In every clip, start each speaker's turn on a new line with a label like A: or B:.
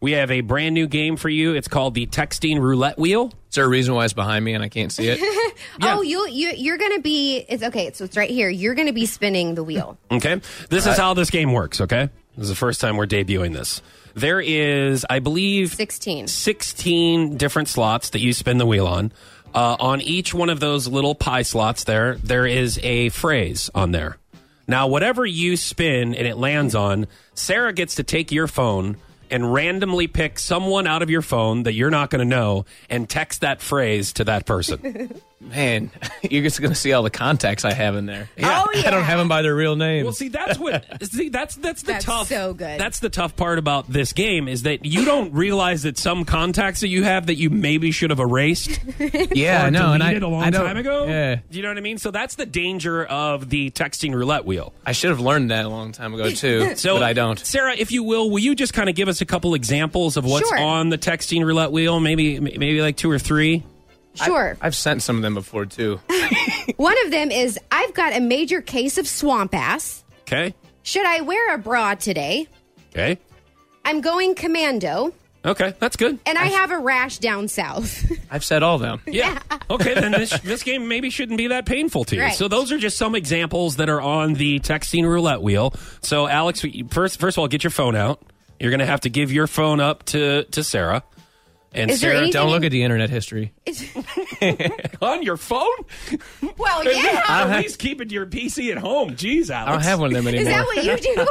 A: We have a brand new game for you. It's called the Texting Roulette Wheel.
B: Is there a reason why it's behind me and I can't see it?
A: Yeah.
C: Oh, you you you're gonna be. It's okay. So it's right here. You're gonna be spinning the wheel.
A: Okay. This is how this game works, okay? This is the first time we're debuting this. There is, I believe,
C: Sixteen.
A: 16 different slots that you spin the wheel on. Uh, on each one of those little pie slots there, there is a phrase on there. Now, whatever you spin and it lands on, Sarah gets to take your phone and randomly pick someone out of your phone that you're not going to know and text that phrase to that person.
B: Man, you're just going to see all the contacts I have in there.
C: Oh, yeah.
B: I don't have them by their real names.
A: Well, see, that's what. see, that's that's the
C: That's
A: tough.
C: so good.
A: That's the tough part about this game is that you don't realize that some contacts that you have that you maybe should have erased
B: yeah, I
A: or
B: know. And I,
A: deleted a long
B: I don't-
A: time ago.
B: Yeah.
A: Do you know what I mean? So that's the danger of the texting roulette wheel.
B: I should have learned that a long time ago, too.
A: So
B: but I don't.
A: Sarah, if you will, will you just kind of give us a couple examples of what's
C: Sure.
A: on the texting roulette wheel? Maybe maybe like two or three.
C: Sure.
B: I've sent some of them before, too.
C: One of them is I've got a major case of swamp ass.
A: Okay.
C: Should I wear a bra today?
A: Okay.
C: I'm going commando,
A: Okay, that's good.
C: and I have a rash down south.
B: I've said all of them.
A: Yeah. okay, then this, this game maybe shouldn't be that painful to you.
C: Right.
A: So those are just some examples that are on the texting roulette wheel. So Alex, first first of all, get your phone out. You're going to have to give your phone up to to Sarah. And
C: Is there
A: Sarah,
C: anything-
B: Don't look at the internet history.
A: on your phone?
C: well, yeah.
B: don't
A: at
B: have-
A: least keeping your PC at home. Jeez, Alex.
B: I don't have one of them anymore.
C: Is that what you do?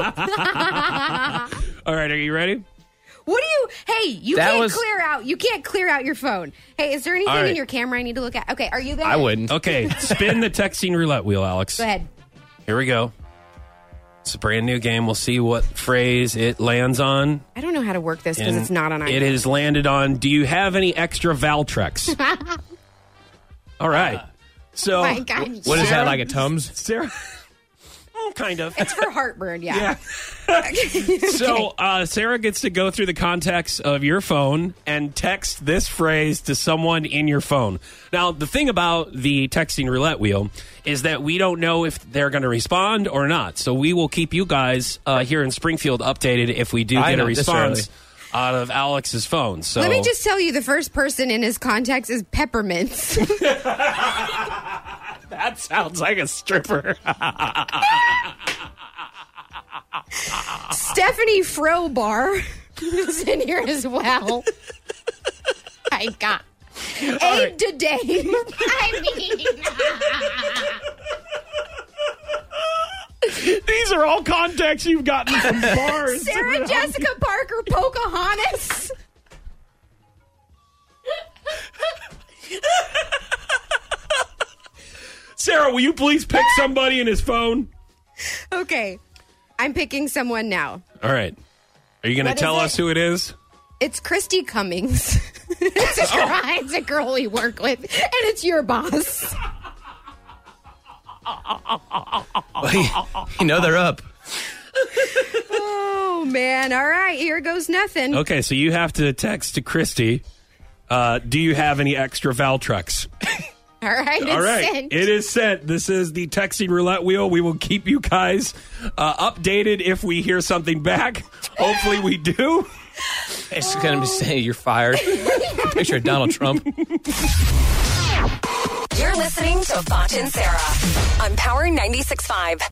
A: All right, are you ready?
C: What do you? Hey, you
B: That
C: can't
B: was-
C: clear out. You can't clear out your phone. Hey, is there anything
A: All right.
C: in your camera I need to look at? Okay, are you gonna?
B: I wouldn't.
A: Okay, spin the texting roulette wheel, Alex.
C: Go ahead.
A: Here we go. It's a brand new game. We'll see what phrase it lands on.
C: I don't know how to work this because
A: And
C: it's not on. iPhone.
A: It has landed on. Do you have any extra Valtrex? All right. So,
C: Oh my God.
B: What is
C: Sarah.
B: that, like a Tums?
A: Sarah, Mm, kind of.
C: It's for heartburn. Yeah.
A: Yeah. So, uh, Sarah gets to go through the contacts of your phone and text this phrase to someone in your phone. Now, the thing about the texting roulette wheel is that we don't know if they're going to respond or not. So, we will keep you guys uh, here in Springfield updated if we do
B: I
A: get a
B: know, this
A: response out of Alex's phone. So,
C: Let me just tell you, the first person in his contacts is peppermints.
A: That sounds like a stripper.
C: Stephanie Frobar is in here as well. I got Abe today. I mean,
A: These are all contacts you've gotten from bars.
C: Sarah Jessica Parker Pocahontas.
A: Sarah, will you please pick somebody in his phone?
C: Okay, I'm picking someone now.
A: All right. Are you going to
C: What is
A: tell
C: it?
A: us who it is?
C: It's Christy Cummings. it's, a,
A: Oh.
C: it's a girl we work with, and it's your boss.
B: you know they're up.
C: Oh man! All right, here goes nothing.
A: Okay, so you have to text to Christy. Uh, do you have any extra Valtrex?
C: All right, it's
A: All right,
C: sent.
A: it is sent. This is the texting roulette wheel. We will keep you guys uh, updated if we hear something back. Hopefully, we do.
B: It's going to be saying you're fired. Picture of Donald Trump.
D: You're listening to Foch and Sarah on Power 96.5.